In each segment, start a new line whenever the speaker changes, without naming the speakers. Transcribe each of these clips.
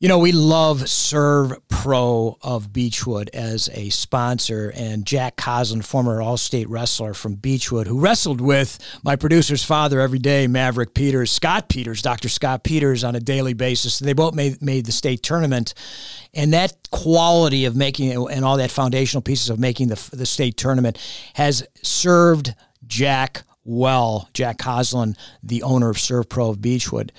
You know, we love Serve Pro of Beechwood as a sponsor, and Jack Coslin, former All State wrestler from Beechwood, who wrestled with my producer's father every day, Maverick Peters, Scott Peters, Dr. Scott Peters, on a daily basis. They both made, made the state tournament. And that quality of making it and all that foundational pieces of making the, the state tournament has served Jack well, Jack Coslin, the owner of Serve Pro of Beechwood.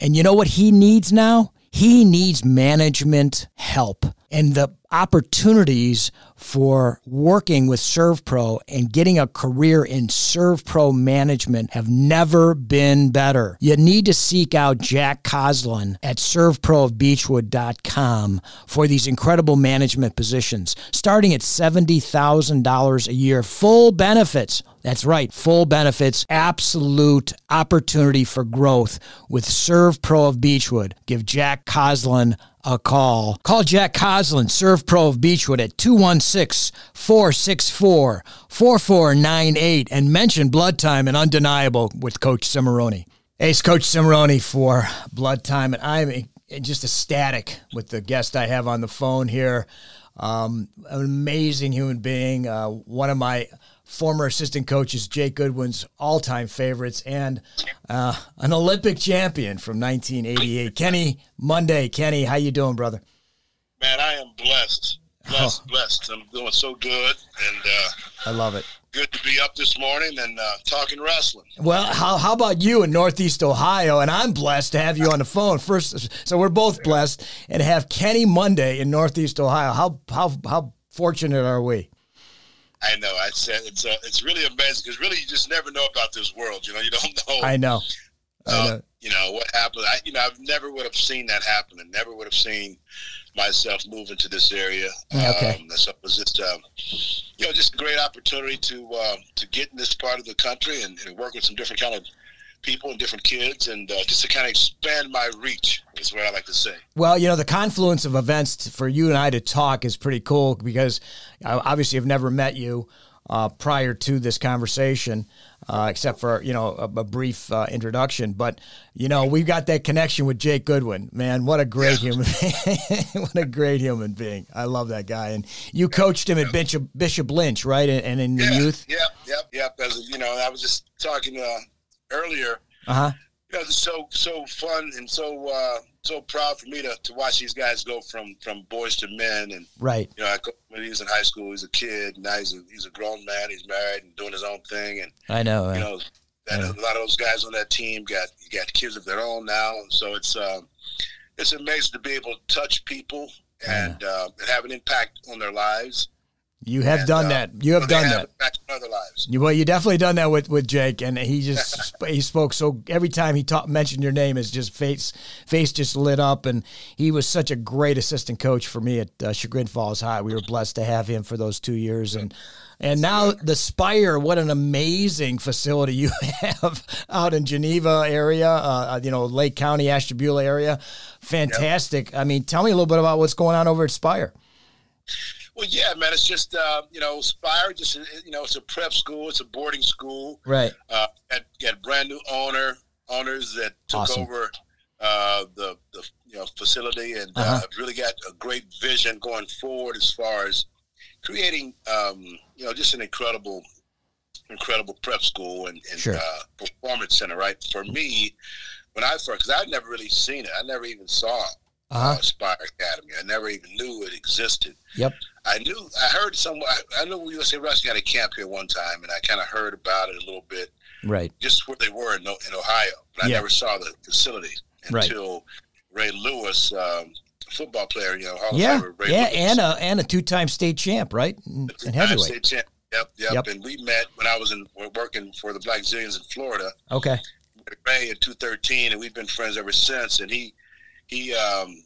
And you know what he needs now? He needs management help. And the opportunities for working with ServPro and getting a career in ServPro management have never been better. You need to seek out Jack Coslin at servproofbeechwood.com for these incredible management positions, starting at $70,000 a year, full benefits. That's right, full benefits, absolute opportunity for growth with ServPro of Beechwood. Give Jack Coslin a call. Call Jack Coslin, Serve Pro of Beechwood at 216 464 4498 and mention Blood Time and Undeniable with Coach Cimarroni. Hey, it's Coach Cimarroni for Blood Time, and I'm just ecstatic with the guest I have on the phone here. Um, an amazing human being, uh, one of my former assistant coaches, Jake Goodwin's all time favorites, and uh, an Olympic champion from 1988. Kenny Monday. Kenny, how you doing, brother?
Man, I am blessed. Blessed, oh. blessed. I'm doing so good, and uh,
I love it.
Good to be up this morning and uh, talking wrestling.
Well, how, how about you in Northeast Ohio? And I'm blessed to have you on the phone first. So we're both blessed and have Kenny Monday in Northeast Ohio. How how how fortunate are we?
I know. I said it's uh, it's really amazing because really you just never know about this world. You know, you don't know.
I know. I
know. Um, you know what happened. I you know I've never would have seen that happen, and never would have seen myself moving to this area.
Okay.
Um, so it was just um, you know just a great opportunity to um, to get in this part of the country and, and work with some different kind of people and different kids and uh, just to kind of expand my reach is what I like to say.
Well, you know, the confluence of events t- for you and I to talk is pretty cool because I obviously I've never met you uh, prior to this conversation. Uh, except for you know a, a brief uh, introduction. But you know we've got that connection with Jake Goodwin, man. What a great yeah. human, what a great human being. I love that guy. And you coached him at Bishop, Bishop Lynch, right? And, and in the
yeah,
youth.
Yep, yep, yep. As you know, I was just talking uh, earlier.
Uh huh.
You know, it's so so fun and so uh, so proud for me to, to watch these guys go from from boys to men and
right.
You know, I, when he was in high school, he's a kid. Now he's a, he's a grown man. He's married and doing his own thing. And
I know,
you right. know, that, yeah. a lot of those guys on that team got got kids of their own now. And so it's um, it's amazing to be able to touch people and yeah. uh, and have an impact on their lives.
You have and, done uh, that. You have well, done have
that. Other lives.
You, well, you definitely done that with, with Jake, and he just he spoke so every time he talked mentioned your name, his just face face just lit up, and he was such a great assistant coach for me at uh, Chagrin Falls High. We were blessed to have him for those two years, and and now the Spire. What an amazing facility you have out in Geneva area, uh, you know Lake County, Ashtabula area. Fantastic. Yep. I mean, tell me a little bit about what's going on over at Spire.
Well, yeah, man. It's just uh, you know, Spire. Just you know, it's a prep school. It's a boarding school.
Right.
Uh, got, got brand new owner owners that took awesome. over uh, the the you know facility and uh-huh. uh, really got a great vision going forward as far as creating um, you know just an incredible incredible prep school and, and uh,
sure.
performance center. Right. For me, when I first because I'd never really seen it. I never even saw it.
Uh-huh.
Uh, Spire Academy. I never even knew it existed.
Yep.
I knew. I heard someone. I, I knew USA Wrestling had a camp here one time, and I kind of heard about it a little bit.
Right.
Just where they were in, in Ohio, but I yeah. never saw the facility until right. Ray Lewis, um, football player, you know, Hall
yeah,
Ray
yeah,
Lewis.
and a and a two-time state champ, right? And heavyweight.
State champ. Yep, yep, yep. And we met when I was in working for the Black Zillions in Florida.
Okay.
Ray in two thirteen, and we've been friends ever since. And he he um,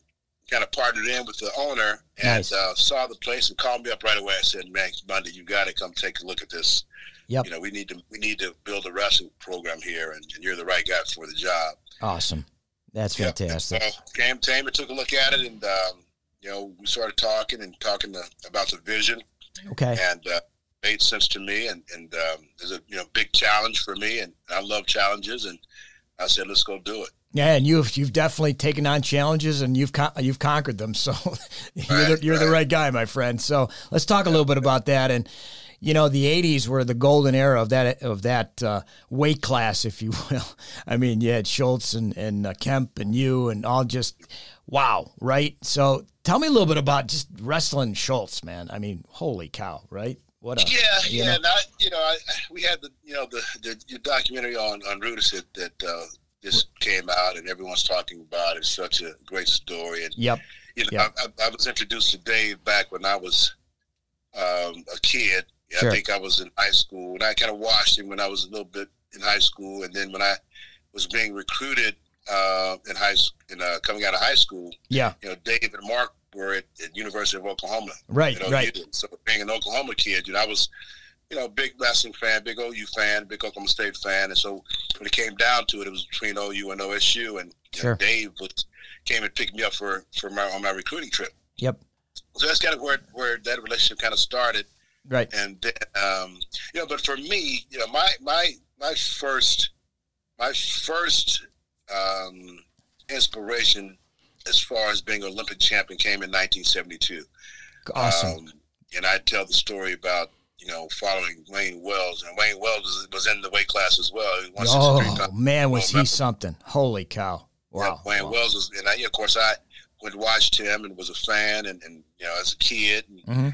kind of partnered in with the owner and
nice.
uh, saw the place and called me up right away. I said, "Man, Monday, you got to come take a look at this.
Yep.
You know, we need to we need to build a wrestling program here, and, and you're the right guy for the job."
Awesome, that's yep. fantastic.
And so came, came and took a look at it, and um, you know, we started talking and talking to, about the vision.
Okay,
and. Uh, made sense to me, and and um, there's a you know big challenge for me, and I love challenges, and I said let's go do it.
Yeah, and you've you've definitely taken on challenges and you've con- you've conquered them. So you're right, the, you're right. the right guy, my friend. So let's talk a little bit about that. And you know, the '80s were the golden era of that of that uh, weight class, if you will. I mean, you had Schultz and and uh, Kemp and you and all just wow, right? So tell me a little bit about just wrestling Schultz, man. I mean, holy cow, right? What a,
yeah, yeah. Know? And I, you know, I, we had the you know the the, the documentary on on Rudis that. that uh, just came out and everyone's talking about it. It's such a great story. And
yep,
you know,
yep.
I, I, I, was introduced to Dave back when I was um, a kid. Sure. I think I was in high school, and I kind of watched him when I was a little bit in high school, and then when I was being recruited uh, in high in uh, coming out of high school.
Yeah,
you know, Dave and Mark were at, at University of Oklahoma.
Right,
you know,
right.
So being an Oklahoma kid, you know, I was you know, big wrestling fan, big OU fan, big Oklahoma State fan, and so when it came down to it, it was between OU and OSU, and sure. know, Dave was, came and picked me up for for my on my recruiting trip.
Yep.
So that's kind of where where that relationship kind of started.
Right.
And then, um, you know, but for me, you know, my my my first my first um, inspiration as far as being Olympic champion came in 1972. uh,
Awesome. Um,
and I tell the story about you know, following Wayne Wells, and Wayne Wells was, in the weight class as well.
oh man, was he something? Holy cow! Wow.
Yeah, Wayne
wow.
Wells was, and I, of course, I would watched him and was a fan, and, and you know, as a kid, and, mm-hmm.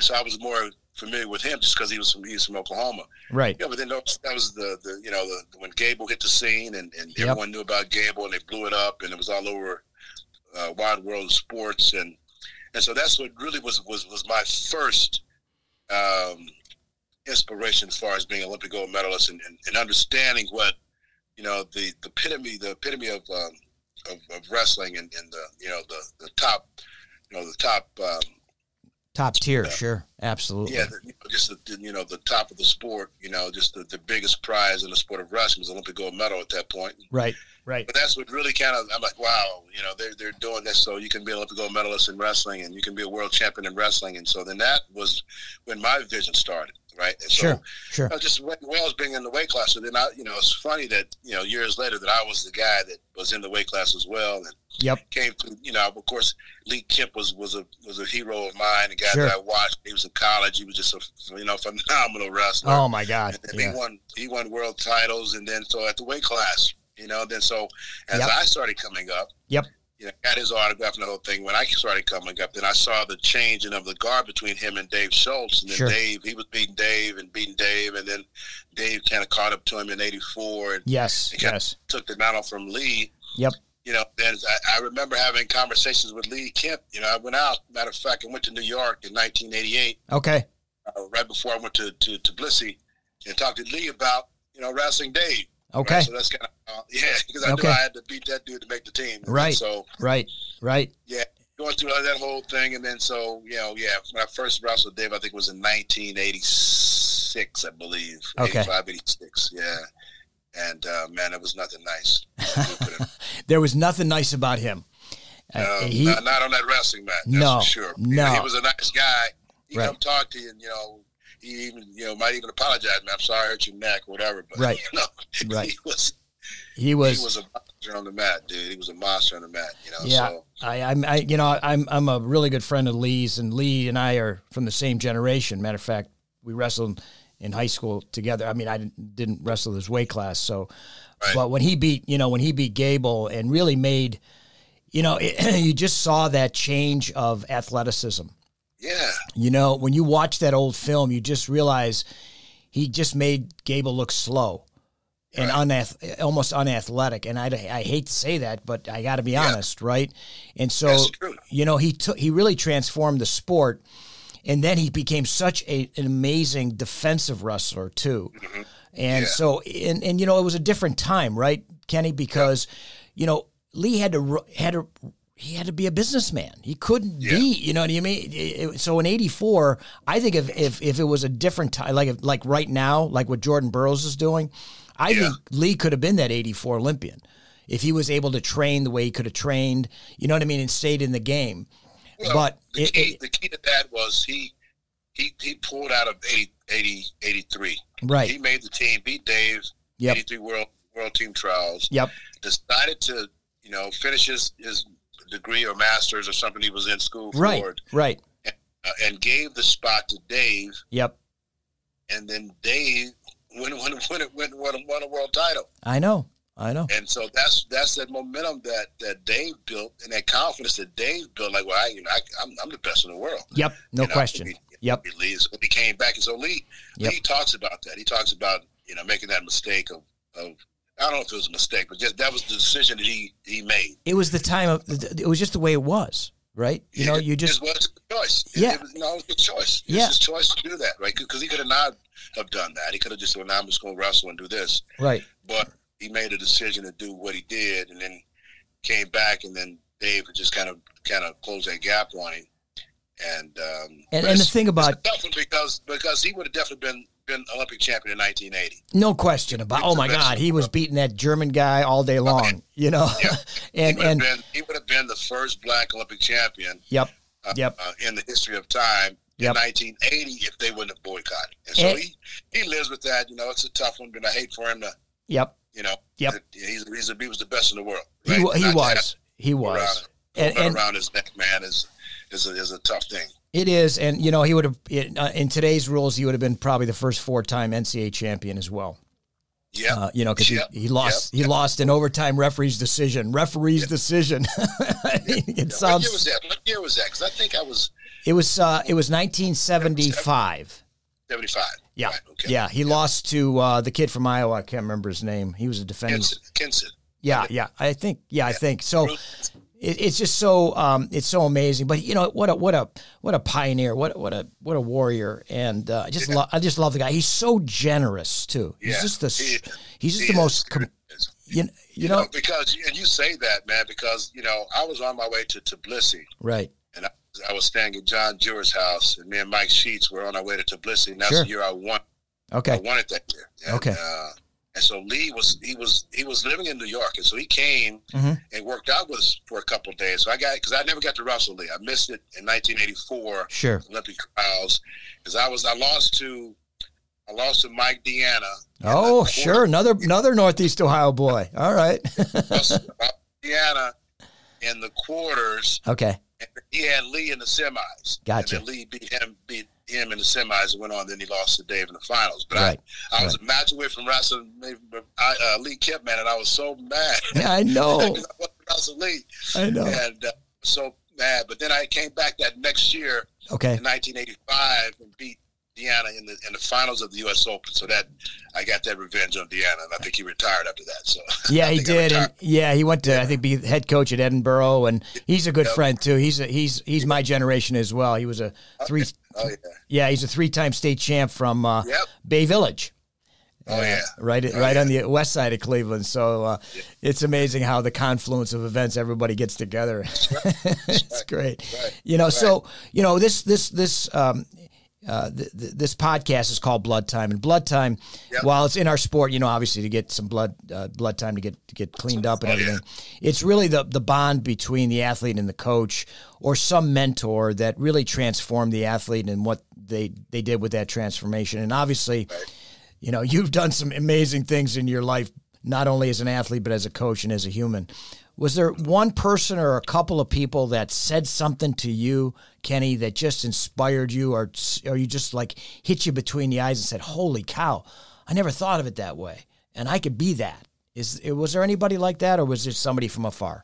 so I was more familiar with him just because he was from he was from Oklahoma,
right?
Yeah, but then that was the the you know the, when Gable hit the scene, and, and yep. everyone knew about Gable, and they blew it up, and it was all over uh, wide world of sports, and and so that's what really was was was my first. Um, inspiration as far as being Olympic gold medalist and, and, and, understanding what you know the, the epitome the epitome of um, of, of, wrestling and, and, the you know the, the top you know the top um,
top tier uh, sure absolutely
yeah the, just the, you know the top of the sport you know just the, the biggest prize in the sport of wrestling was Olympic gold medal at that point
right right
but that's what really kind of I'm like wow you know they're they're doing this so you can be an Olympic gold medalist in wrestling and you can be a world champion in wrestling and so then that was when my vision started right and
sure so, sure
you know, just Wales being in the weight class and so then I you know it's funny that you know years later that I was the guy that was in the weight class as well and
yep
came through you know of course Lee Kemp was was a was a hero of mine a guy sure. that I watched he was in college he was just a you know phenomenal wrestler
oh my god
yeah. he won he won world titles and then so at the weight class you know. Then so as yep. I started coming up,
yep,
you know, got his autograph and the whole thing. When I started coming up, then I saw the changing of the guard between him and Dave Schultz. And then sure. Dave, he was beating Dave and beating Dave, and then Dave kind of caught up to him in '84. And
yes, yes,
took the mantle from Lee.
Yep.
You know, then I, I, remember having conversations with Lee Kemp. You know, I went out. Matter of fact, I went to New York in 1988.
Okay.
Uh, right before I went to to, to Blissey and talked to Lee about you know wrestling Dave.
Okay.
Right, so that's kind of uh, yeah, because I okay. knew I had to beat that dude to make the team.
Right.
And so
right, right.
Yeah, going through that whole thing, and then so you know, yeah, when I first wrestled Dave, I think it was in 1986, I believe.
Okay.
85, 86, yeah. And uh, man, it was nothing nice.
there was nothing nice about him.
Uh, he, not, not, on that wrestling match.
no,
sure.
No, you know,
he was a nice guy. He right. come talk to you, and you know, he even you know might even apologize, man. I'm sorry I hurt your neck, whatever. But
right,
you know,
right.
He was,
he was
he was a monster on the mat, dude. He was a monster on the mat. You know,
yeah.
So.
I, I'm, I, you know, I'm, I'm a really good friend of Lee's, and Lee and I are from the same generation. Matter of fact, we wrestled in high school together. I mean, I didn't, didn't wrestle his weight class, so. Right. But when he beat, you know, when he beat Gable and really made, you know, it, you just saw that change of athleticism.
Yeah.
You know, when you watch that old film, you just realize he just made Gable look slow and right. unath- almost unathletic. And I, I hate to say that, but I got to be yeah. honest, right? And so, you know, he took he really transformed the sport. And then he became such a, an amazing defensive wrestler too. Mm-hmm. And yeah. so, and, and, you know, it was a different time, right, Kenny? Because, yeah. you know, Lee had to, had to, he had to be a businessman. He couldn't yeah. be, you know what I mean? So in '84, I think if, if if it was a different time, like if, like right now, like what Jordan Burroughs is doing, I yeah. think Lee could have been that '84 Olympian if he was able to train the way he could have trained. You know what I mean? And stayed in the game. Well, but
the,
it,
key,
it,
the key to that was he he he pulled out of 80, 80 83.
Right.
He made the team, beat Dave.
Yep.
83 World world team trials.
Yep.
Decided to, you know, finish his, his degree or master's or something he was in school for.
Right. Right.
And, uh, and gave the spot to Dave.
Yep.
And then Dave went won won won won, won a world title.
I know. I know.
And so that's that's that momentum that that Dave built and that confidence that Dave built. Like, well, I you know I, am I'm, I'm the best in the world.
Yep, no
And I-
question.
he-
Yep.
he leaves. He came back and so Lee
Yep.
Lee talks about that. He talks about you know making that mistake of of I don't know if it was a mistake, but just that was the decision that he he made.
it was the time of. It was just the way it was, right? You know,
It-
you
it
just
was a choice. It-
Yeah.
it was, no, it was a choice. It
Yeah.
was his choice to do that, right? Because he could have not have done that. He could have just said, well, "Now I'm just going to wrestle and do this."
right.
but he made a decision to do what he did, and then came back, and then Dave just kind of kind of closed that gap on him. And um,
And, and the thing about
definitely because because he would have definitely been been Olympic champion in 1980.
No question about. Oh my God, he was beating that German guy all day long. You know,
He
and
would have
and
been he would have been the first black Olympic champion.
yep,
Uh,
Yep.
uh, in the history of time.
Yep.
In 1980, if they wouldn't have boycotted, and so
And-
he, he lives with that. You know, it's a tough one, but I hate for him to,
yep.
you know,
Yep.
he's, he's he was the best in the world.
He
right?
wa- he
Not to
was. He
around,
was.
and,
And, and
around his neck, man, is is a, is a tough thing.
it is, and you know, he would have in, uh, in today's rules, he would have been probably the first four-time NCAA champion as well.
Yeah,
Uh, you know, because
Yep.
he, he lost he lost an overtime referee's decision. Referee's decision. it
what year was
sounds.
that? What year was that? Because I think I was
It was uh, it was 1975.
seventy five.
Yeah,
right, okay.
yeah. He lost to uh, the kid from Iowa. I can't remember his name. He was a defending.
Kinson, Kinson.
Yeah, yeah. I think. Yeah, I think so.
Bruce-
It, it's just so um, it's so amazing. But you know what a what a what a pioneer. What what a what a warrior. And uh, I just love I just love the guy. He's so generous too. He's
Yeah,
just the
he is.
he's just
He
the
is.
most com- you, you know
because and you say that, man, because you know I was on my way to Tbilisi,
right
and I, I was staying at John Jewer's house, and me and Mike Sheets were on our way to Tbilisi, and that's
Sure.
the year I won. I
okay
won it that year. And,
Okay.
Uh, and so Lee was he was he was living in New York, and so he came
Mhm.
and worked out with us for a couple of days. So I got because I never got to wrestle Lee. I missed it in 1984
sure
Olympic trials because I was I lost to I lost to Mike Deanna. in the
oh
quarter-
sure another another Northeast Ohio boy all right
lost to Mike Deanna in the quarters.
okay
And he had Lee in the semis.
Gotcha.
And then Lee beat him beat him in the semis and went on. Then he lost to Dave in the finals. But
right
I, I was a match away from wrestling I, uh, Lee Kipman, and I was so mad.
yeah I know
'Cause I wasn't wrestling Lee.
I know
And uh, so mad. But then I came back that next year
okay
in 1985 and beat Deanna in the in the finals of the U.S. Open. So that I got that revenge on Deanna, and I think he retired after that. So
Yeah, he
think I
did, and
retired.
yeah, he went to I think be head coach at Edinburgh, and he's a good
Yep.
friend too. He's a, he's he's my generation as well. He was a three,
oh yeah,
yeah, he's a three time state champ from uh,
Yep.
Bay Village.
Oh,
Uh,
yeah.
right
Oh,
right on the west side of Cleveland. So uh, it's amazing how the confluence of events everybody gets together. it's great,
right,
you know. So you know this this this. Um, uh, th- th- this podcast is called Blood Time, and Blood Time,
Yep.
while it's in our sport, you know, obviously to get some blood, uh, blood time to get to get cleaned up and
Oh, yeah.
everything. It's really the the bond between the athlete and the coach, or some mentor that really transformed the athlete and what they they did with that transformation. And obviously, you know, you've done some amazing things in your life, not only as an athlete but as a coach and as a human. Was there one person or a couple of people that said something to you, Kenny, that just inspired you, or or you just like hit you between the eyes and said, "Holy cow, I never thought of it that way, and I could be that." Is eh, was there anybody like that, or was it somebody from afar?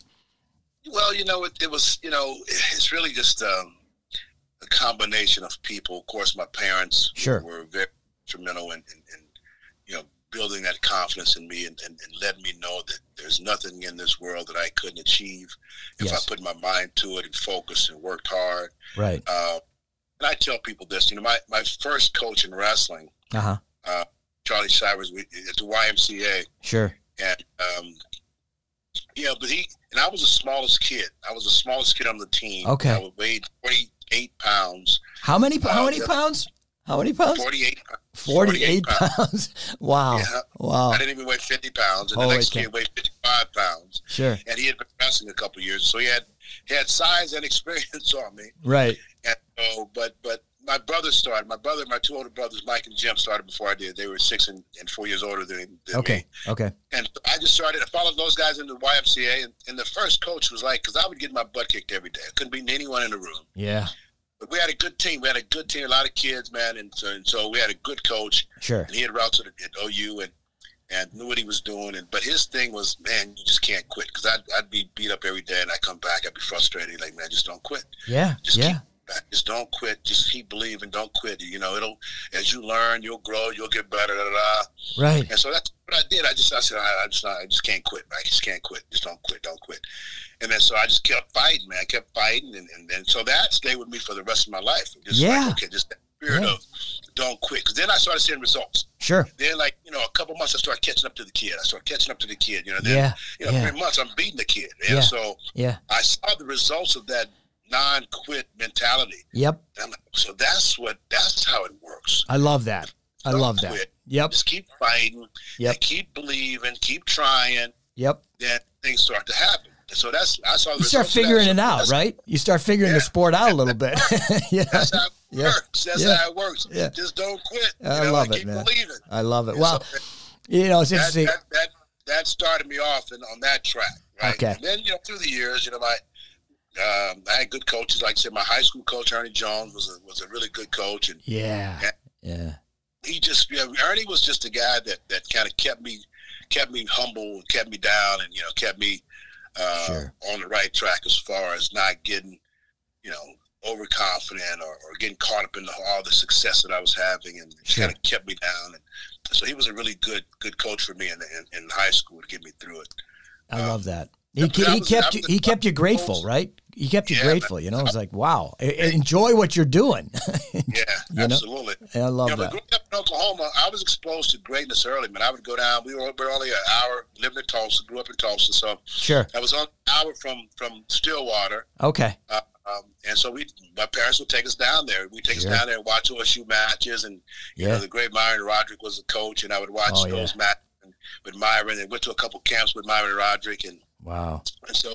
Well, you know, it, it was you know, it's really just um, a combination of people. Of course, my parents
Sure.
were very instrumental in, in, in you know building that confidence in me and, and, and letting me know that there's nothing in this world that I couldn't achieve if
Yes.
I put my mind to it and focused and worked hard.
Right.
Uh, and I tell people this, you know, my, my first coach in wrestling,
Uh huh.
Charlie Cyrus, we, at the YMCA,
Sure.
and um, yeah, but he and I was the smallest kid. I was the smallest kid on the team.
Okay.
I weighed forty-eight pounds.
How many? How
Uh,
many
yeah.
pounds? How many pounds?
Forty-eight. pounds.
48
48
pounds. wow.
Yeah.
Wow.
I didn't even weigh fifty pounds, and the
Holy
next
cow.
kid weighed fifty-five pounds.
Sure.
And he had been wrestling a couple years, so he had he had size and experience on me.
Right.
And so, but but my brothers started. My brother, my two older brothers, Mike and Jim, started before I did. They were six and, and four years older than, than
okay,
me.
okay.
And I just started. I followed those guys into YMCA, and, and the first coach was like, because I would get my butt kicked every day. I couldn't beat anyone in the room.
Yeah,
But we had a good team. We had a good team, a lot of kids, man, and so, and so we had a good coach.
sure.
And he had routes at, at OU and and knew what he was doing. And but his thing was, man, you just can't quit because I'd, I'd be beat up every day, and I come back, I'd be frustrated, like, man, just don't quit.
Yeah,
Just
yeah.
back. Just don't quit. Just keep believing. Don't quit. You know, it'll as you learn, you'll grow, you'll get better. Da, da, da.
Right.
And so that's what I did. I just I said I, I just I just can't quit. I just can't quit. Just don't quit. Don't quit. And then so I just kept fighting, man. I kept fighting, and and, and so that stayed with me for the rest of my life. Just
Yeah.
Like, okay, just that spirit
Yeah.
of don't quit. Because then I started seeing results.
Sure.
Then like you know a couple months I started catching up to the kid. I started catching up to the kid. You know then
Yeah.
you know
yeah.
three months I'm beating the kid.
Yeah.
And so
Yeah.
I saw the results of that non-quit mentality.
Yep.
And I'm like, so that's what that's how it works.
I love that. I
Don't
love that.
quit.
Yep.
Just keep fighting.
Yep.
and keep believing. Keep trying.
Yep.
Then things start to happen. And so that's I saw. The
You start
results of that.
figuring
So
it out,
that's-
right? You start figuring the
Yeah.
sport out a little bit. yeah.
That's how it
Yeah.
works. That's
Yeah.
how it works.
Yeah.
Just don't quit.
I
and
love it,
keep
man.
Believing.
I love it.
And
Well,
so
you know, it's
that,
interesting.
that, that that started me off in, on that track. Right?
Okay.
And then you know through the years, you know my. Um, I had good coaches. Like I said, my high school coach Ernie Jones was a, was a really good coach, and
Yeah. Yeah.
he just you know, Ernie was just a guy that that kind of kept me kept me humble and kept me down and you know kept me uh,
Sure.
on the right track as far as not getting you know overconfident or, or getting caught up in the, all the success that I was having and
Sure.
kind of kept me down and so he was a really good good coach for me in, in, in high school to get me through it.
I
Um,
love that. He,
that- that
he kept
was- that
you,
was
he
the-
kept you grateful, right? He kept you
Yeah,
grateful. You know, it's like wow, e- e- enjoy what you're doing.
Yeah,
know?
absolutely.
And I love
you know,
that.
but growing up in Oklahoma, I was exposed to greatness early. Man, I would go down. We were, we were only an hour living in Tulsa. Grew up in Tulsa, so
Sure.
I was on an hour from from Stillwater.
Okay.
Uh, um, and so we, my parents would take us down there. We take
Sure.
us down there and watch OSU matches, and you know
Yeah.
the great Myron Roderick was the coach, and I would watch
Oh, yeah.
those matches and- with Myron. And went to a couple camps with Myron Roderick, and,
Wow.
and so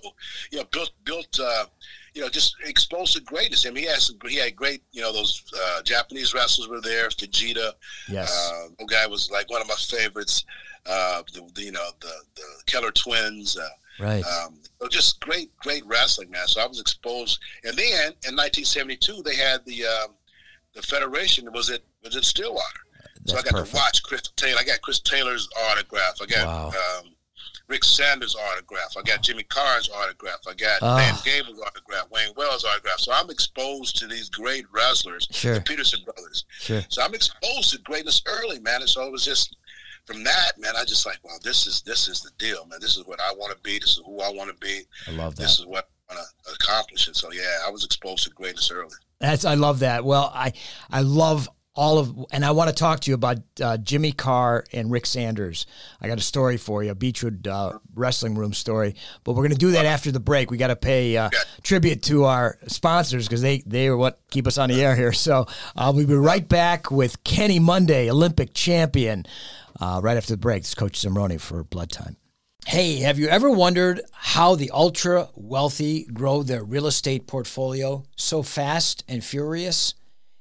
you know built built uh, you know just exposed to greatness. I mean, he had some, he had great you know those uh, Japanese wrestlers were there, Fujita.
Yes.
Uh, the guy was like one of my favorites. Uh, the, the you know the the Keller twins. Uh,
right.
um, so just great, great wrestling, man. So I was exposed, and then in 1972 they had the um, the federation was it was it Stillwater. so I
That's
got
perfect.
to watch Chris Taylor. I got Chris Taylor's autograph. I got
Wow.
um, Rick Sanders' autograph. I got Jimmy Carr's autograph. I got
Ah.
Dan Gable's autograph. Wayne Wells' autograph. So I'm exposed to these great wrestlers,
Sure.
the Peterson brothers.
Sure.
So I'm exposed to greatness early, man. And so it was just from that, man. I just like, wow, this is this is the deal, man. This is what I want to be. This is who I want to be.
I love that.
This is what I want to accomplish. And so, yeah, I was exposed to greatness early.
That's I love that. Well, I I love all of, and I want to talk to you about uh, Jimmy Carr and Rick Sanders. I got a story for you, a Beechwood uh, wrestling room story, but we're going to do that after the break. We got to pay uh,
Yeah.
tribute to our sponsors because they they are what keep us on the air here. So uh, we'll be right back with Kenny Monday, Olympic champion, uh, right after the break. It's Coach Zimroni for Blood Time. Hey, have you ever wondered how the ultra wealthy grow their real estate portfolio so fast and furious?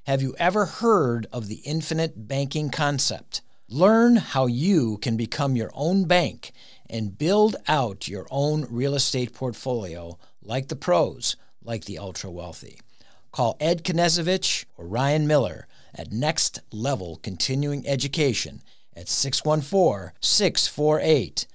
Have you ever heard of the infinite banking concept? Learn how you can become your own bank and build out your own real estate portfolio like the pros, like the ultra wealthy. Call Ed Knezovich or Ryan Miller at Next Level Continuing Education at 614 648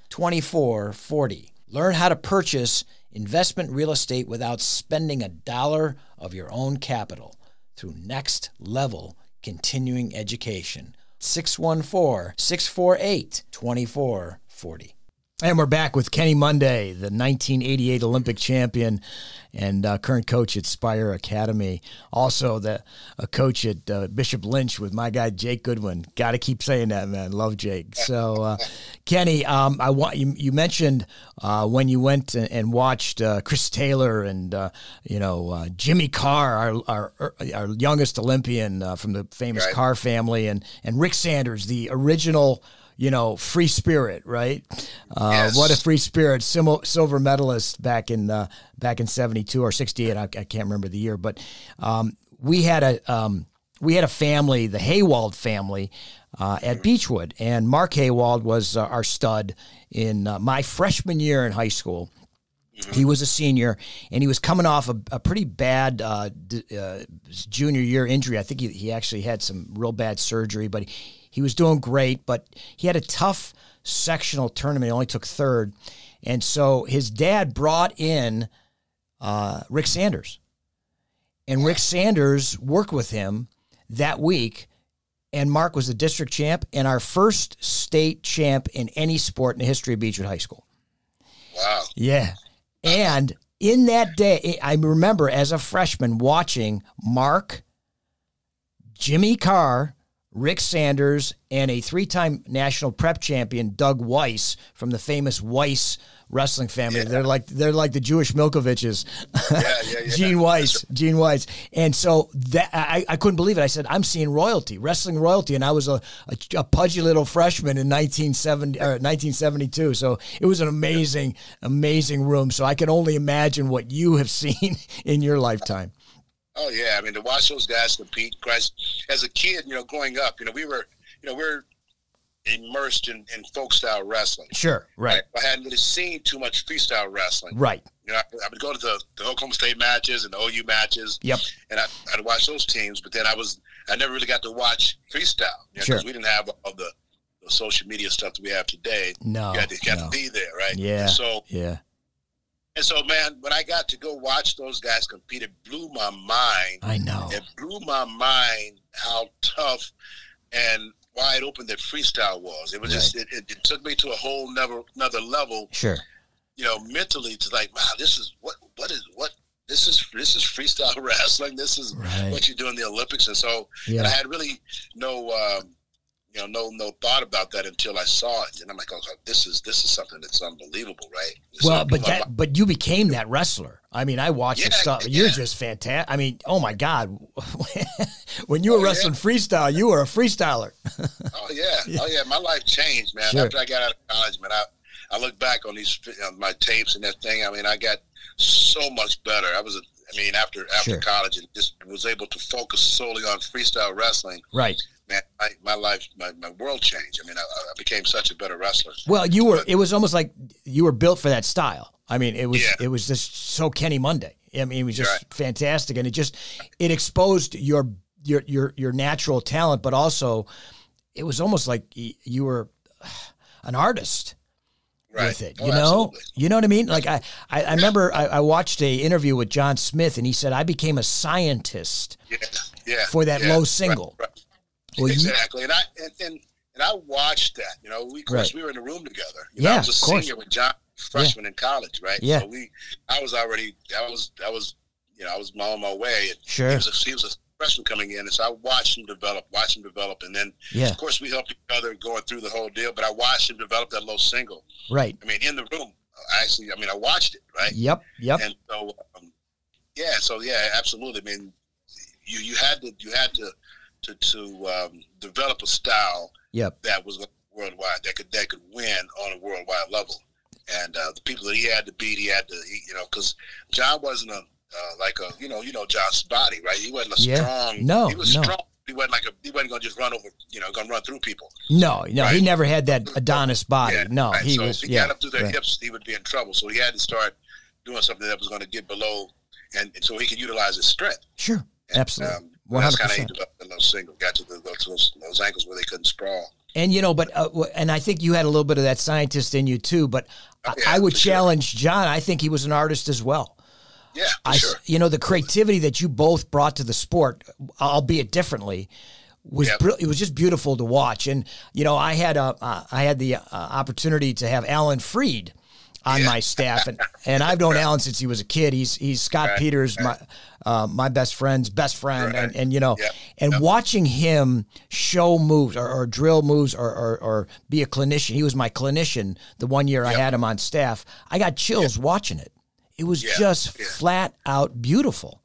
2440. Learn how to purchase investment real estate without spending a dollar of your own capital through Next Level Continuing Education. 614 648 2440. And we're back with Kenny Monday, the 1988 Olympic champion and uh, current coach at Spire Academy. Also, the a coach at uh, Bishop Lynch with my guy Jake Goodwin. Got to keep saying that, man. Love Jake. So, uh, Kenny, um, I want you. You mentioned uh, when you went and, and watched uh, Chris Taylor and uh, you know uh, Jimmy Carr, our our, our youngest Olympian uh, from the famous
Right.
Carr family, and and Rick Sanders, the original you know, free spirit, right? Uh,
Yes.
What a free spirit! Sim- silver medalist back in uh, back in seventy two or sixty eight. I, I can't remember the year, but um, we had a um, we had a family, the Haywald family, uh, at Beechwood, and Mark Haywald was uh, our stud in uh, my freshman year in high school. He was a senior, and he was coming off a, a pretty bad uh, d- uh, junior year injury. I think he, he actually had some real bad surgery, but he, he was doing great. But he had a tough sectional tournament; he only took third, and so his dad brought in uh, Rick Sanders, and Rick Sanders worked with him that week. And Mark was the district champ and our first state champ in any sport in the history of Beechwood High School.
Wow.
Yeah. And in that day, I remember as a freshman watching Mark, Jimmy Carr, Rick Sanders, and a three time national prep champion, Doug Weiss, from the famous Weiss wrestling family. They're like they're like the Jewish Milkoviches.
yeah, yeah.
Gene Weiss. Gene Weiss. And so that I, I couldn't believe it. I said, I'm seeing royalty, wrestling royalty. And I was a, a, a pudgy little freshman in 1970, or 1972. So it was an amazing, amazing room. So I can only imagine what you have seen in your lifetime.
Oh yeah, I mean to watch those guys compete. Christ, as a kid, you know, growing up, you know, we were, you know, we are immersed in, in folk style wrestling.
Sure. Right.
I hadn't really seen too much freestyle wrestling.
Right.
You know, I, I would go to the, the Oklahoma State matches and the OU matches.
Yep.
And I, I'd watch those teams, but then I was I never really got to watch freestyle you know,
Sure.
'cause we didn't have all the, the social media stuff that we have today.
No.
you had to, you had
no.
to be there, right?
Oh, Yeah.
And so
Yeah.
and so, man, when I got to go watch those guys compete, it blew my mind.
I know.
It blew my mind how tough and wide open that freestyle was. It was
Right.
just it, it, it took me to a whole never another level,
Sure.
you know, mentally to like, wow, this is what what is what this is this is freestyle wrestling. This is
Right.
what you do in the Olympics. And so and I
Yeah.
had really no um, you know, no no thought about that until I saw it. And I'm like, oh this is this is something that's unbelievable, right? It's
Well,
like,
but
blew my
that, but you became that wrestler. I mean, I watched your
Yeah,
stuff.
yeah.
You're just fantastic. I mean, oh my God, when you were
Oh, yeah.
wrestling freestyle, you were a freestyler.
Oh yeah. oh yeah. My life changed, man.
Sure.
After I got out of college, man, I I look back on these on my tapes and that thing. I mean, I got so much better. I was, a, I mean, after after
Sure.
college, and just was able to focus solely on freestyle wrestling.
Right.
Man, I, my life, my, my world changed. I mean, I, I became such a better wrestler.
Well, you were. It was almost like you were built for that style. I mean, it was.
Yeah.
It was just so Kenny Monday. I mean, it was just
Right.
fantastic, and it just it exposed your your your your natural talent, but also it was almost like y- you were an artist.
Right.
with it.
Oh,
You know,
absolutely.
you know what I mean? Like I, I, I remember I, I watched a interview with John Smith, and he said I became a scientist
Yeah. Yeah.
for that
yeah,
low
right,
single.
right.
Well, you,
exactly. And I and, and and I watched that. You know, we of course
Right.
we were in the room together. You
Yeah,
know, I was a
of course.
senior when John was a freshman in college, right?
Yeah.
So we I was already I was I was you know, I was on my way and
Sure.
he was a he was a freshman coming in and so I watched him develop, watched him develop and then
Yeah.
of course we helped each other going through the whole deal, but I watched him develop that low single.
right?
I mean in the room. I actually I mean I watched it, right?
Yep, yep.
And so, um, yeah, so yeah, absolutely. I mean, you you had to you had to to to um, develop a style
Yep.
that was worldwide that could that could win on a worldwide level. And uh, the people that he had to beat, he had to he, you know because John wasn't a uh, like a you know you know John's body right. He wasn't a
Yeah.
strong.
No,
he was
no.
strong. He wasn't like a he wasn't gonna just run over you know gonna run through people.
No, no, he
Right.
never had that Adonis body.
Yeah,
no,
right.
he
so
was.
If he
Yeah,
got up to their
right.
hips, he would be in trouble. So he had to start doing something that was going to get below, and, and so he could utilize his strength.
sure,
And,
absolutely,
um,
one
That's
hundred
kind of how he
percent.
developed the low single. Got to the, those, those, those ankles where they couldn't sprawl.
And you know, but uh, w- and I think you had a little bit of that scientist in you too. But I,
Oh, yeah,
I would
for sure.
challenge John. I think he was an artist as well.
Yeah, for
I, s-
sure.
you know, the creativity that you both brought to the sport, albeit differently, was
Yep.
br- it was just beautiful to watch. And you know, I had a uh, I had the uh, opportunity to have Alan Freed on my staff, and, and I've known Alan since he was a kid. He's he's Scott Peters, my uh, my best friend's best friend, and, and you know,
Yep.
and watching him show moves or, or drill moves or, or or be a clinician. He was my clinician the one year I had him on staff. I got chills watching it. It was
Yeah.
just
Yeah.
flat out beautiful.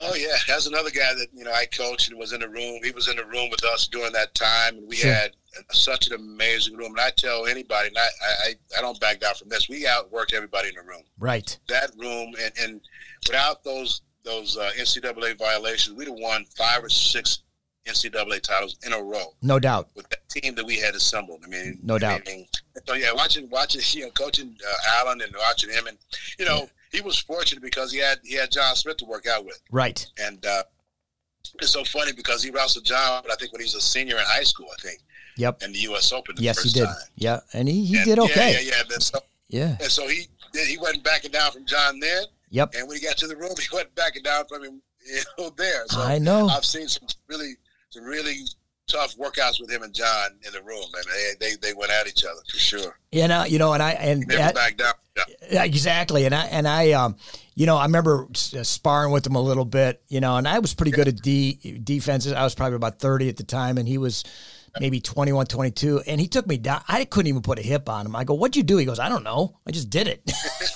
Oh yeah, that's another guy that you know I coached and was in the room. He was in the room with us during that time, and we
Sure.
had such an amazing room. And I tell anybody, and I, I I don't back down from this. We outworked everybody in the room.
Right.
that room and, and without those those uh, NCAA violations, we'd have won five or six NCAA titles in a row.
No doubt.
With that team that we had assembled. I mean,
No
I
doubt.
mean, so yeah, watching, watching, you know, coaching uh, Allen and watching him, and you know, he was fortunate because he had he had John Smith to work out with,
Right.
and uh, it's so funny because he wrestled John, but I think when he was a senior in high school, I think,
Yep.
in the U.S. Open. The
Yes, he
first
did.
Time.
Yeah, and he, he
And
did okay.
Yeah, yeah, yeah. And so,
yeah.
and so he he wasn't backing down from John then,
Yep.
and when he got to the room, he wasn't backing down from him you know, there. So
I know.
I've seen some really some really tough workouts with him and John in the room, and they they, they went at each other for sure.
you know, you know, and I and
Never
that-
backed down. Yeah.
Yeah, exactly. And I and I um, you know, I remember s- uh, sparring with him a little bit, you know, and I was pretty good at D defenses. I was probably about 30 at the time and he was maybe 21, 22 and he took me down. I couldn't even put a hip on him. I go, "What'd you do?" He goes, "I don't know. I just did it."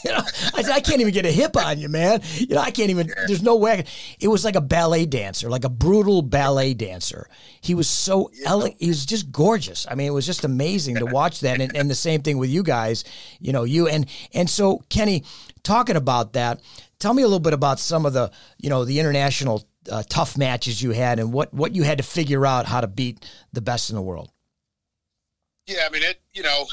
you know, I said, "I can't even get a hip on you, man. You know, I can't even there's no way." I can. It was like a ballet dancer, like a brutal ballet dancer. He was so elegant. He was just gorgeous. I mean, it was just amazing to watch that. And, and the same thing with you guys, you know, you and and so Kenny, talking about that, tell me a little bit about some of the you know the international uh, tough matches you had and what what you had to figure out how to beat the best in the world.
Yeah, I mean, it. You know,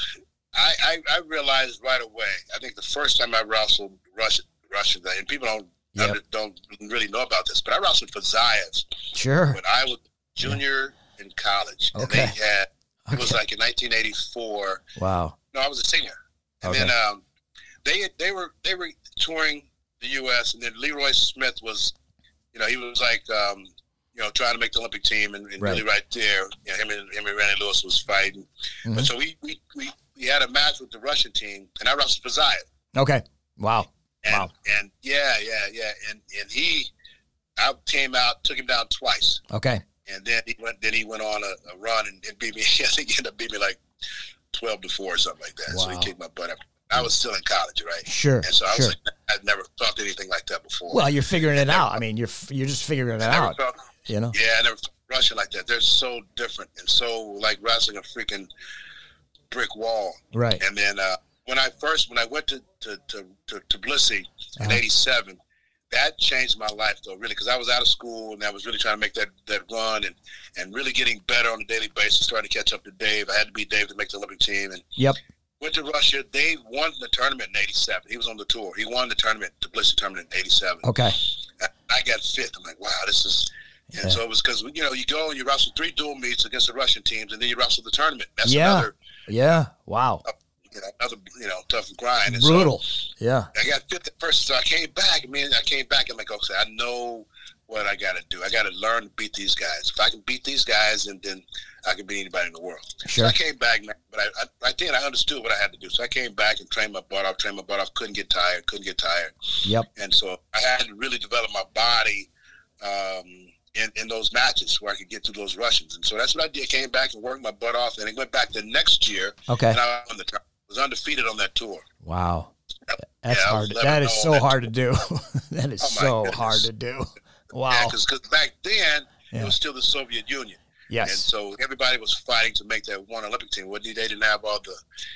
I, I I realized right away. I think the first time I wrestled Russian Russian, and people don't
Yep.
under- don't really know about this, but I wrestled for Zayas
Sure.
when I was junior in college, and they
Okay.
had it was
Okay.
like in 1984.
Wow.
No, I was a senior, and
Okay.
then um, they they were they were touring the U.S. and then Leroy Smith was, you know, he was like. Um, you know, trying to make the Olympic team, and, and
Right.
really right there, you know, him and him and Randy Lewis was fighting. But
Mhm.
so we, we, we, we had a match with the Russian team, and I wrestled for Zayat.
Okay. Wow.
And,
Wow.
And yeah, yeah, yeah. And and he, I came out, took him down twice,
Okay.
and then he went. Then he went on a, a run and, and beat me. I think he ended up beating me like twelve to four or something like that. So he
Wow.
kicked my butt up. I was still in college, right?
Sure.
And so I was
Sure.
like, I'd never felt anything like that before.
Well, you're figuring it out. I mean, you're f- you're just figuring it
I never
out.
felt-
You know.
Yeah, I never felt Russia like that. They're so different and so like wrestling a freaking brick wall.
Right.
And then uh, when I first when I went to to to, to, to Blissey in
Uh-huh.
'87, that changed my life though, really, because I was out of school and I was really trying to make that that run and and really getting better on a daily basis, starting to catch up to Dave. I had to beat Dave to make the Olympic team, and
Yep.
went to Russia. Dave won the tournament in '87. He was on the tour. He won the tournament, the Blissey tournament in '87.
Okay.
I got fifth. I'm like, wow, this is.
Yeah.
And so it was because you know you go and you wrestle three dual meets against the Russian teams, and then you wrestle the tournament. That's
Yeah.
another,
Yeah. Wow.
you know, another you know tough grind. And so-
Brutal. Yeah.
I got fifth at first, so I came back. I mean, I came back. I'm like, okay, I know what I got to do. I got to learn to beat these guys. If I can beat these guys, and then I can beat anybody in the world. So
Sure.
I came back, man, but I, I, I did. I understood what I had to do. So I came back and trained my butt off, trained my butt off. Couldn't get tired, couldn't get tired.
Yep.
And so I had to really develop my body um, in, in those matches where I could get through those Russians. And so that's what I did. Came back and worked my butt off, and I went back the next year,
Okay.
and I won the tour- was undefeated on that tour.
Wow. That's
Yeah, I
hard.
was
That
eleven
is
old
so
at-
hard to do. that is
Oh, my
so
goodness.
hard to do.
Yeah,
Wow.
because back then
Yeah.
it was still the Soviet Union, and
Yes.
so everybody was fighting to make that one Olympic team. Well, they didn't have all the,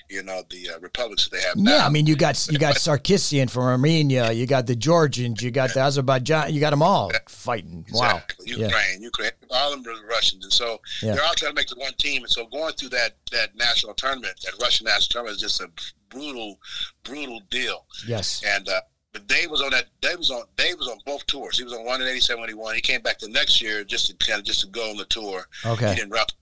you know, the uh, republics that they have now.
Yeah, I mean, you got you got Sarkissian from Armenia, you got the Georgians, you got the Azerbaijan, you got them all fighting. Wow.
Exactly.
Yeah.
Ukraine, Ukraine, all of them are Russians, and so
Yeah.
they're all trying to make the one team. And so going through that that national tournament, that Russian national tournament, is just a brutal, brutal deal.
Yes.
And uh, but Dave was on that. Dave was on. Dave was on both tours. He was on one in '87 when he won. He came back the next year just to kind of just to go on the tour. He
Okay.
didn't wrestle.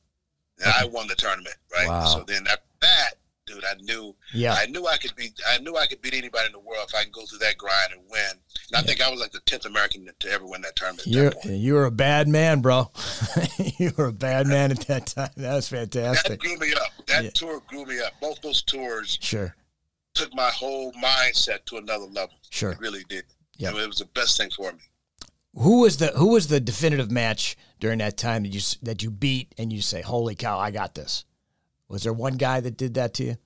And I won the tournament, right?
Wow.
So then after that, dude, I knew
Yeah.
I knew I could be I knew I could beat anybody in the world if I can go through that grind and win. And I think I was like the tenth American to ever win that tournament. At
You
that point.
you were a bad man, bro. you were a bad man at that time. That was
That
fantastic.
grew me up. That
Yeah.
tour grew me up. Both those tours
Sure.
took my whole mindset to another level.
Sure.
It really did.
Yeah.
I mean, it was the best thing for me.
Who was the who was the definitive match during that time that you s- that you beat and you say, "Holy cow, I got this." Was there one guy that did that to you?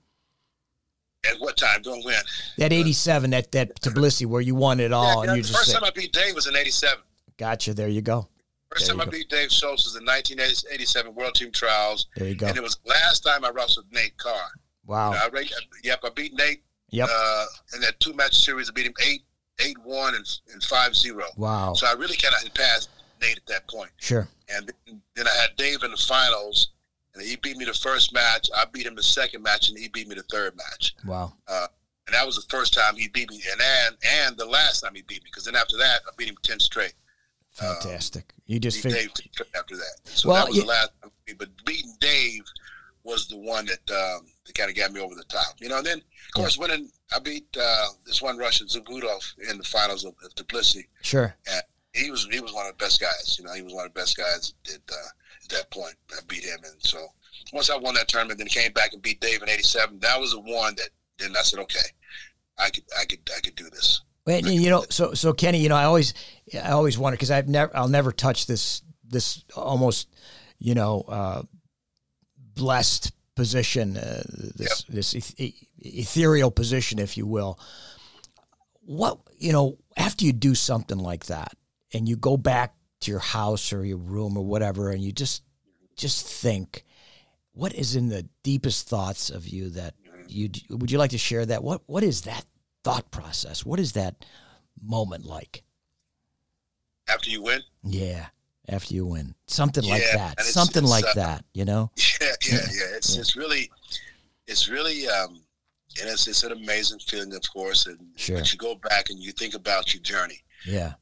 At what time? Don't win.
That 87 that that Tbilisi where you won it all Oh, and you
the
just
first
say,
time I beat Dave was in '87.
"Gotcha, there you go."
First
There
time
you
I
go.
beat Dave Schultz was in 1987 World Team Trials,
There you go.
and it uh, was last time I wrestled Nate Carr.
Wow.
I rate, yep, I beat Nate
Yep.
uh, in that two match series. I beat him eight, eight one, and and five zero.
Wow.
So I really kind of had passed Nate at that point.
Sure.
And then, then I had Dave in the finals, and he beat me the first match. I beat him the second match, and he beat me the third match.
Wow.
Uh, and that was the first time he beat me, and and, and the last time he beat me, because then after that I beat him ten straight. uh,
Fantastic. you just
Beat
figured.
Dave 10 straight after that. So
Well,
that was
you-
the last. time I beat- But beating Dave was the one that um, that kind of got me over the top, you know. And then of course winning, I beat uh, this one Russian Zagudov in the finals of, of Duplicity.
Sure.
And he was he was one of the best guys, you know. He was one of the best guys at, uh, at that point. I beat him, and so once I won that tournament, then came back and beat Dave in '87. That was the one that then I said, okay, I could I could I could do this.
And, you know, so so Kenny, you know, I always I always wonder because I've never I'll never touch this this almost you know uh, blessed position, uh, this this eth- e- ethereal position, if you will. What you know after you do something like that, and you go back to your house or your room or whatever, and you just just think, what is in the deepest thoughts of you that you would you like to share that? What what is that thought process? What is that moment like?
After you win,
Yeah, after you win, something like
Yeah,
that,
and it's-
something
it's,
like
uh,
that. You know?
yeah, yeah, yeah. It's
Yeah.
it's really it's really um, and it's it's an amazing feeling, of course. And
Sure.
but you go back and you think about your journey,
Yeah,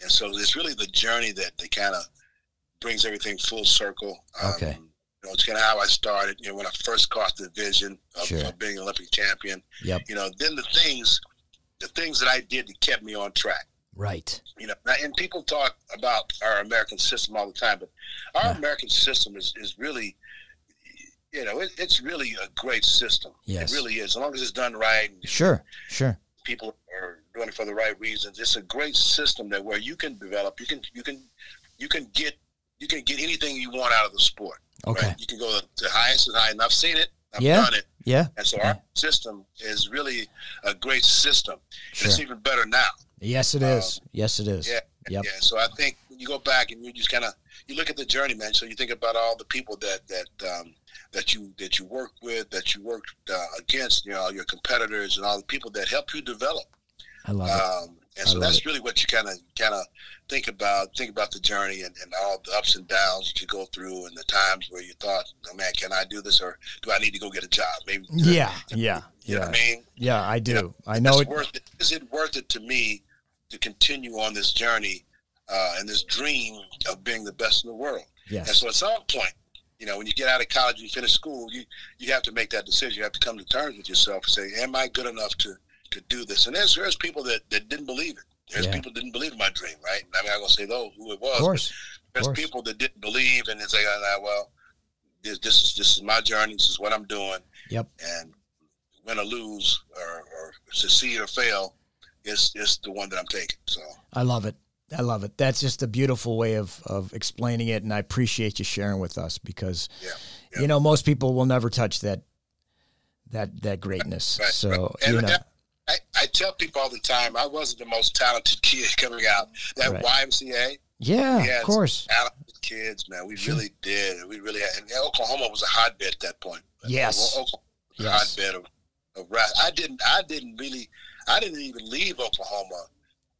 and so it's really the journey that that kind of brings everything full circle. Um,
Okay.
You know, it's kind of how I started. You know, when I first caught the vision of,
Sure.
of being an Olympic champion.
Yep.
You know, then the things, the things that I did that kept me on track.
right.
You know, now- and people talk about our American system all the time, but our
Yeah.
American system is, is really, you know, it, it's really a great system.
Yes.
It really is. As long as it's done right, and
Sure, sure.
people are doing it for the right reasons. It's a great system that where you can develop, you can, you can, you can get, you can get anything you want out of the sport.
Okay.
You can go to the highest and high, and I've seen it. I've
Yeah.
done it.
Yeah,
And so
Yeah.
our system is really a great system. And it's
sure.
even better now.
Yes, it is. Yes, it is.
um, yeah,
Yep.
Yeah, so I think when you go back and you just kind of you look at the journey, man. So you think about all the people that that um, that you that you work with, that you worked uh, against, you know, all your competitors and all the people that help you develop.
I love it.
Um, and
Uh-huh. I
so
love
that's
it.
really what you kind of kind of think about think about the journey and, and all the ups and downs that you go through and the times where you thought, oh, man, can I do this or do I need to go get a job? Maybe
Yeah, yeah,
You know
yeah,
what I mean?
yeah. I do. I
No,
know
it's
it.
worth it. Is it worth it to me to continue on this journey uh, and this dream of being the best in the world? And
Yes,
so at some point, you know, when you get out of college and you finish school, you you have to make that decision. You have to come to terms with yourself and say, "Am I good enough to to do this?" And there's there's people that, that didn't believe it. There's
Yeah.
people that didn't believe in my dream, right? And I'm not gonna say though who it was.
of
but
course.
there's
course.
people that didn't believe and they say, "Ah, "Well, this this is this is my journey. This is what I'm doing."
Yep.
and win or lose or, or succeed or fail is is the one that I'm taking. So
I love it. I love it. That's just a beautiful way of of explaining it, and I appreciate you sharing with us because,
Yeah, yeah.
you know, most people will never touch that that that greatness.
right,
So
right.
you
And
know,
that- I, I tell people all the time I wasn't the most talented kid coming out. That
Right.
YMCA,
yeah,
yeah,
of course,
talented kids, man, we
Sure.
really did. We really had. And Oklahoma was a hotbed at that point.
Yes.
Oklahoma was a
Yes.
hotbed of, of rap. I didn't. I didn't really. I didn't even leave Oklahoma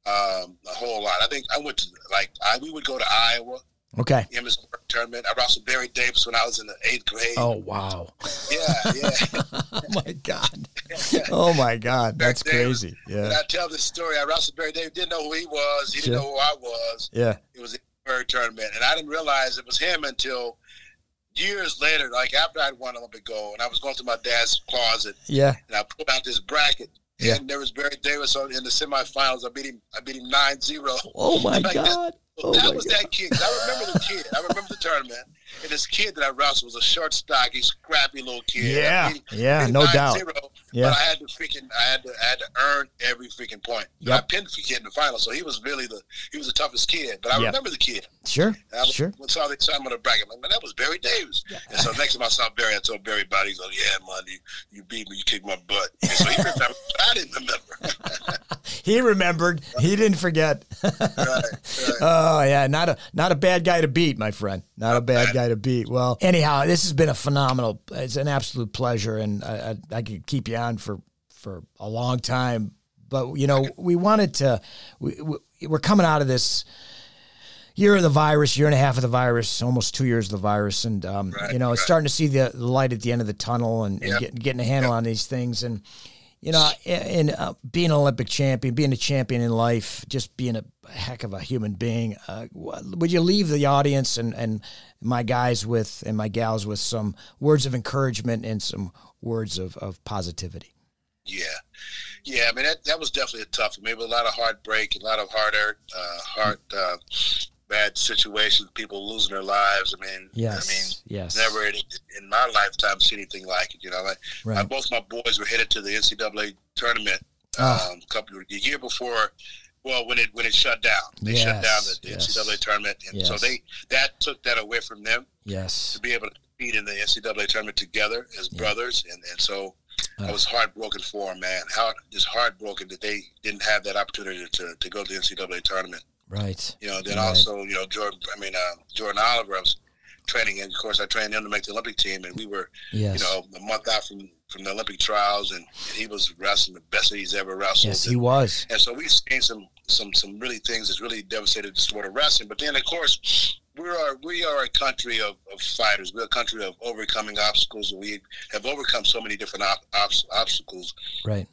um, a whole lot. I think I went to like I, we would go to Iowa.
okay.
Emmons tournament. I wrestled Barry Davis when I was in the eighth grade.
Oh wow!
Yeah, yeah.
oh my god! Oh my god! That's
Back there,
crazy.
When
Yeah,
I tell this story, I wrestled Barry Davis. Didn't know who he was. He
Sure.
didn't know who I was.
yeah.
It was the Barry tournament, and I didn't realize it was him until years later. Like after I'd won Olympic gold, and I was going to my dad's closet,
Yeah.
and I pulled out this bracket.
Yeah.
And there was Barry Davis on, in the semifinals. I beat him. I beat him 9-0.
Oh my
Like that.
god! Oh
that
my
was
god!
that kid. I remember the kid. I remember the tournament. And this kid that I wrestled was a short, stocky, scrappy little kid. I
Yeah,
beat him-
yeah,
beat him
no doubt.
9-0,
Yeah.
But I had to freaking, I had to, I had to earn every freaking point. And
Yep.
I pinned the kid in the final, so he was really the, he was the toughest kid. But I
Yep.
remember the kid.
Sure,
And I was-
sure.
When I saw the time on the bracket, I'm like, man, that was Barry Davis. And so next time I saw Barry, I told Barry about it. He's like, yeah, Monday, you beat me, you kicked my butt. And so he remembered. I didn't remember.
He remembered. He didn't forget.
right, right.
Oh yeah, not a not a bad guy to beat, my friend. Not a bad guy to beat. Well, anyhow, this has been a phenomenal. It's an absolute pleasure, and I, I, I could keep you on for for a long time. But you know, we wanted to. We, we, we're coming out of this year of the virus, year and a half of the virus, almost two years of the virus, and um,
Right,
you know it's
right.
starting to see the the light at the end of the tunnel and, and
Yep.
get, getting a handle on these things and. You know, and uh, being an Olympic champion, being a champion in life, just being a heck of a human being. Uh, wha- would you leave the audience and, and my guys with and my gals with some words of encouragement and some words of, of positivity?
Yeah, yeah. I mean, that, that was definitely a tough. Maybe a lot of heartbreak, a lot of hard, earned, uh, hard, uh, bad situations. People losing their lives. I mean,
Yes.
I mean,
yes.
never in, in my lifetime seen anything like it. You know, like
Right.
I, both my boys were headed to the NCAA tournament
Ah.
um, couple the year before. Well, when it when it shut down, they shut down
Yes,
the, the
yes.
NCAA tournament, and so
Yes.
they that took that away from them
yes.
to be able to compete in the NCAA tournament together as
Yeah.
brothers, and, and so
Ah.
I was heartbroken for 'em, man. How just heartbroken that they didn't have that opportunity to, to go to the NCAA tournament.
Right.
You know, then
Right.
also you know Jordan. I mean uh, Jordan Oliver. I was training, and of course I trained him to make the Olympic team, and we were
Yes.
you know a month out from from the Olympic trials, and, and he was wrestling the best that he's ever wrestled.
yes,
And-
he was.
and so we've seen some some some really things that's really devastated the sport of wrestling. But then of course we are we are a country of, of fighters. We're a country of overcoming obstacles. We have overcome so many different ob- obs obstacles.
Right.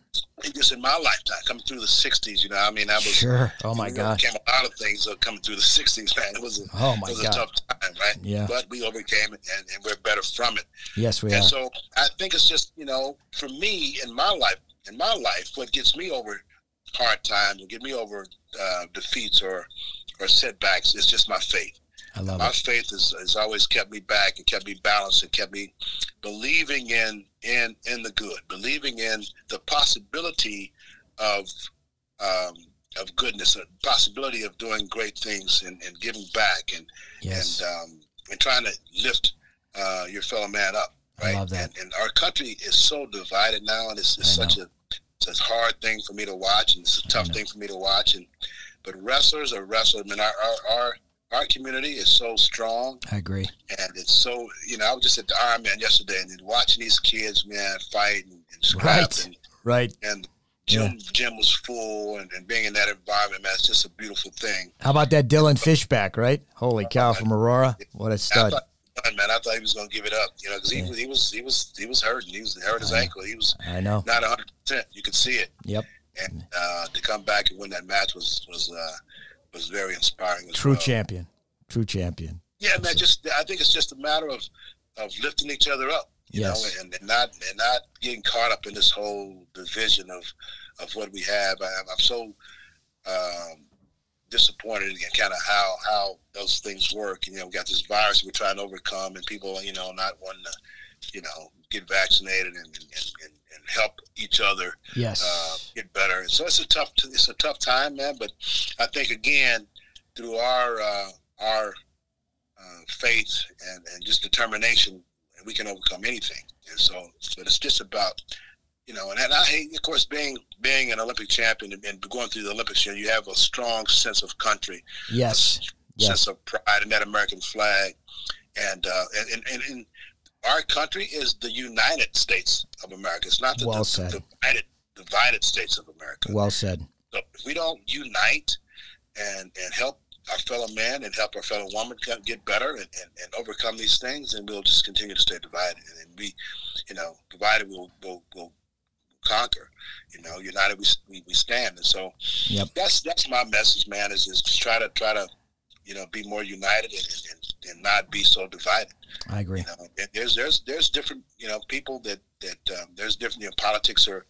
And just in my lifetime, coming through the '60s, you know, I mean, I was
Sure. Oh my
you know,
gosh.
came a lot of things uh, coming through the '60s, man. It was a,
Oh
it
my
was a
god.
tough time, right?
Yeah.
But we overcame it, and, and we're better from it.
Yes, we are.
And so I think it's just, you know, for me in my life, in my life, what gets me over hard times and get me over uh, defeats or, or setbacks is just my faith.
I love
My
it.
faith has, has always kept me back and kept me balanced and kept me believing in, in, in the good, believing in the possibility of, um, of goodness, the possibility of doing great things and, and giving back and,
Yes.
and um, and trying to lift uh, your fellow man up.
I
Right?
love that.
And, and our country is so divided now, and it's, it's
I know.
such a it's a hard thing for me to watch, and it's a tough
know.
thing for me to watch. And but wrestlers are wrestlers. I mean, our our our, our community is so strong,
I agree.
and it's so you know. I was just at the Ironman yesterday, and then watching these kids, man, fight and, and scrap,
Right.
and,
Right.
and gym gym was full, and, and being in that environment, man, it's just a beautiful thing.
How about that Dylan Fishback, right? Holy cow
Uh,
from Aurora. What a
I
stud.
thought, man, I thought he was gonna give it up, you know, because he,
Yeah.
was he was he was he was hurting. He was hurt his
I know.
ankle. He was
I know.
not hundred percent. You could see it,
Yep.
and uh, to come back and win that match was was uh, was very inspiring. as
True
well.
champion. True champion.
Yeah, man. Just I think it's just a matter of of lifting each other up, you
Yes.
know, and, and not and not getting caught up in this whole division of of what we have. I, I'm so um, disappointed in kind of how how those things work. You know, we got this virus we're trying to overcome, and people, you know, not wanting to, you know, get vaccinated and and, and, and help each other uh,
Yes.
get better. And so it's a tough it's a tough time, man. But I think again through our uh, our uh, faith and, and just determination, we can overcome anything. And so, but it's just about you know, and, and I hate, of course, being being an Olympic champion and, and going through the Olympics. You, know, you have a strong sense of country,
Yes. Yes.
sense of pride in that American flag, and uh, and, and, and, and our country is the United States of America. It's not the,
Well
the-
said.
the divided divided states of America.
Well said.
so if we don't unite and and help our fellow man and help our fellow woman co- get better and, and, and overcome these things, and we'll just continue to stay divided. And, then we, you know, divided we'll we'll, we'll conquer. You know, united we, we we stand. And so
Yep.
that's that's my message, man. Is is just try to try to you know be more united and, and, and not be so divided.
I agree.
You know, and there's there's there's different you know people that that um, there's different you know, politics are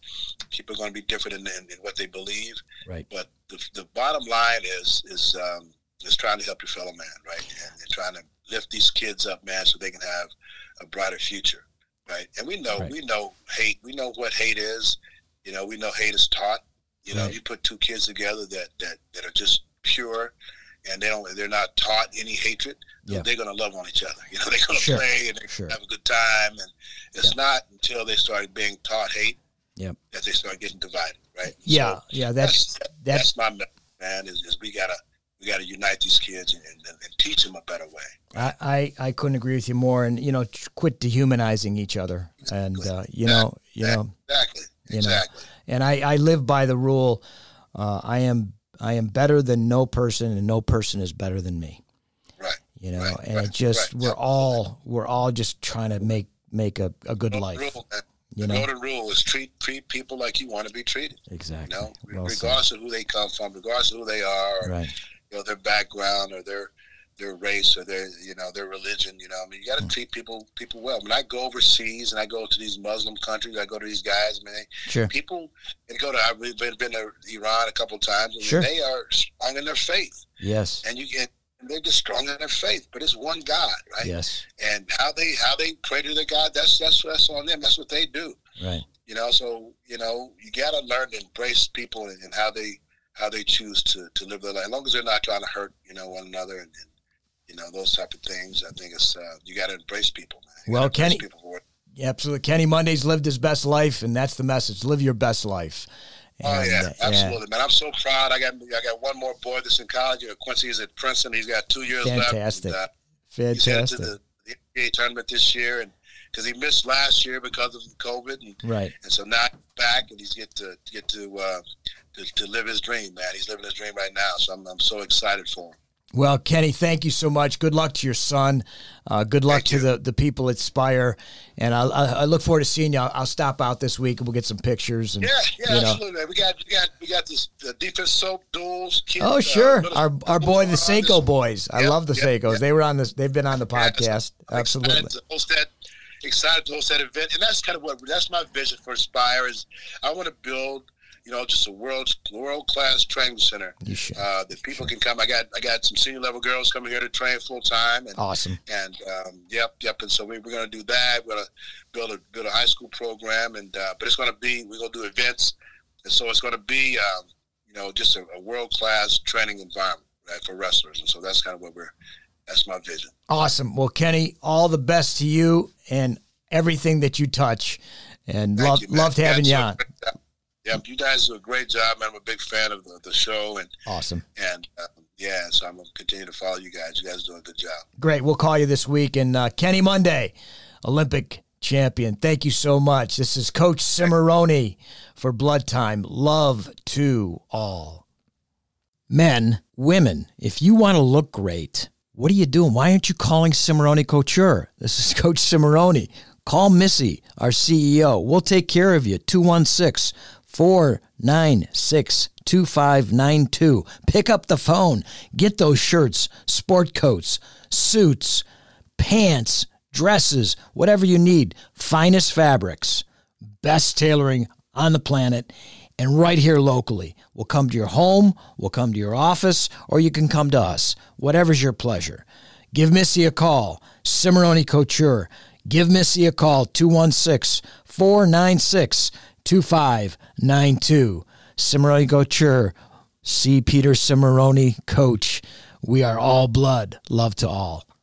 people are going to be different in, in, in what they believe.
Right.
But the, the bottom line is is um, is trying to help your fellow man, right? And, and trying to lift these kids up, man, so they can have a brighter future, right? And we know
Right.
we know hate. We know what hate is. You know, we know hate is taught. You know,
Right.
you put two kids together that that that are just pure, and they don't they're not taught any hatred.
Yeah.
They're gonna love on each other. You know, they're gonna
Sure.
play and they're
Sure.
gonna have a good time. And it's
Yeah.
not until they start being taught hate
Yep.
that they start getting divided, right?
Yeah.
So
Yeah. That's that's
that's my me- man. Is, is we gotta we gotta unite these kids and, and, and teach them a better way.
I, I, I couldn't agree with you more, and you know, t- quit dehumanizing each other, and uh, you know, you know,
Exactly.
You know.
exactly.
and I, I live by the rule. Uh, I am I am better than no person, and no person is better than me.
Right.
You know,
right,
and
right,
it just
right.
we're all we're all just trying to make make a, a good
Golden
life.
rule, man.
You
the
know
golden rule is treat treat people like you want to be treated. You
exactly.
know,
Well said.
regardless of who they come from, regardless of who they are, or,
Right.
you know, their background or their their race or their you know their religion. You know, I mean, you got
Mm.
to treat people people well. When I go overseas and I go to these Muslim countries, I go to these guys. I mean, they,
Sure.
people and go to I've been, been to Iran a couple of times. and
Sure.
they are strong in their faith,
Yes.
and you get. and They're just strong in their faith, but it's one God, right?
Yes.
And how they how they pray to their God, that's that's that's on them. That's what they do
Right.
you know so you know you got to learn to embrace people and, and how they how they choose to, to live their life as long as they're not trying to hurt you know one another and, and you know those type of things i think it's uh, you got to embrace people man. You
Well,
gotta embrace
Kenny-
people for what-
Absolutely. Kenny Monday's lived his best life, and that's the message. Live your best life.
Oh
And,
yeah,
uh,
absolutely, man! I'm so proud. I got I got one more boy that's in college. You know, Quincy's at Princeton. He's got two years
Fantastic.
left. And, uh, he's headed to
Fantastic.
the, the NBA tournament this year, and because he missed last year because of COVID, and
right.
and so now he's back and he's get to get to, uh, to to live his dream, man. He's living his dream right now, so I'm, I'm so excited for him.
Well, Kenny, thank you so much. Good luck to your son. Uh, good luck
Thank
to
you.
the, the people at Spire. And I, I, I look forward to seeing you. I'll, I'll stop out this week and we'll get some pictures. And,
Yeah, yeah,
you know.
absolutely, man. We got we got we got this the defense soap duels. Kids,
Oh,
uh,
sure.
little-
Our, our boy, the
little-
Seiko boys. I
Yep,
love the
yep,
Seikos. They were on this. They've been on the
Yeah, it's-
podcast.
I'm
Absolutely.
Excited to host that. Excited to host that event, and that's kind of what that's my vision for Spire is. I want to build, you know, just a world world class training center
You should.
uh, that people can come. I got I got some senior level girls coming here to train full time, and
Awesome.
and um, yep, yep. And so we, we're going to do that. We're going to build a build a high school program, and uh, but it's going to be we're going to do events, and so it's going to be um, you know just a, a world class training environment right, for wrestlers, and so that's kind of what we're. That's my vision.
Awesome. Well, Kenny, all the best to you and everything that you touch. And
Thank
love,
you, man.
loved
You guys
having
do
you
a
on.
great job. Yep, you guys do a great job, man. I'm a big fan of the, the show, and
Awesome.
and uh, yeah, so I'm gonna continue to follow you guys. You guys do a good job.
Great. We'll call you this week. And uh, Kenny Monday, Olympic champion. Thank you so much. This is Coach Cimarroni for Blood Time. Love to all. Men, women, if you want to look great, what are you doing? Why aren't you calling Cimarroni Couture? This is Coach Cimarroni. Call Missy, our CEO. We'll take care of you. 216 496 2592. Pick up the phone. Get those shirts, sport coats, suits, pants, dresses, whatever you need. Finest fabrics, best tailoring on the planet, and right here locally. We'll come to your home, we'll come to your office, or you can come to us. Whatever's your pleasure. Give Missy a call, Cimarroni Couture. Give Missy a call, 216 496 2592. Cimarroni Couture, see Peter Cimarroni, coach. We are all blood, love to all.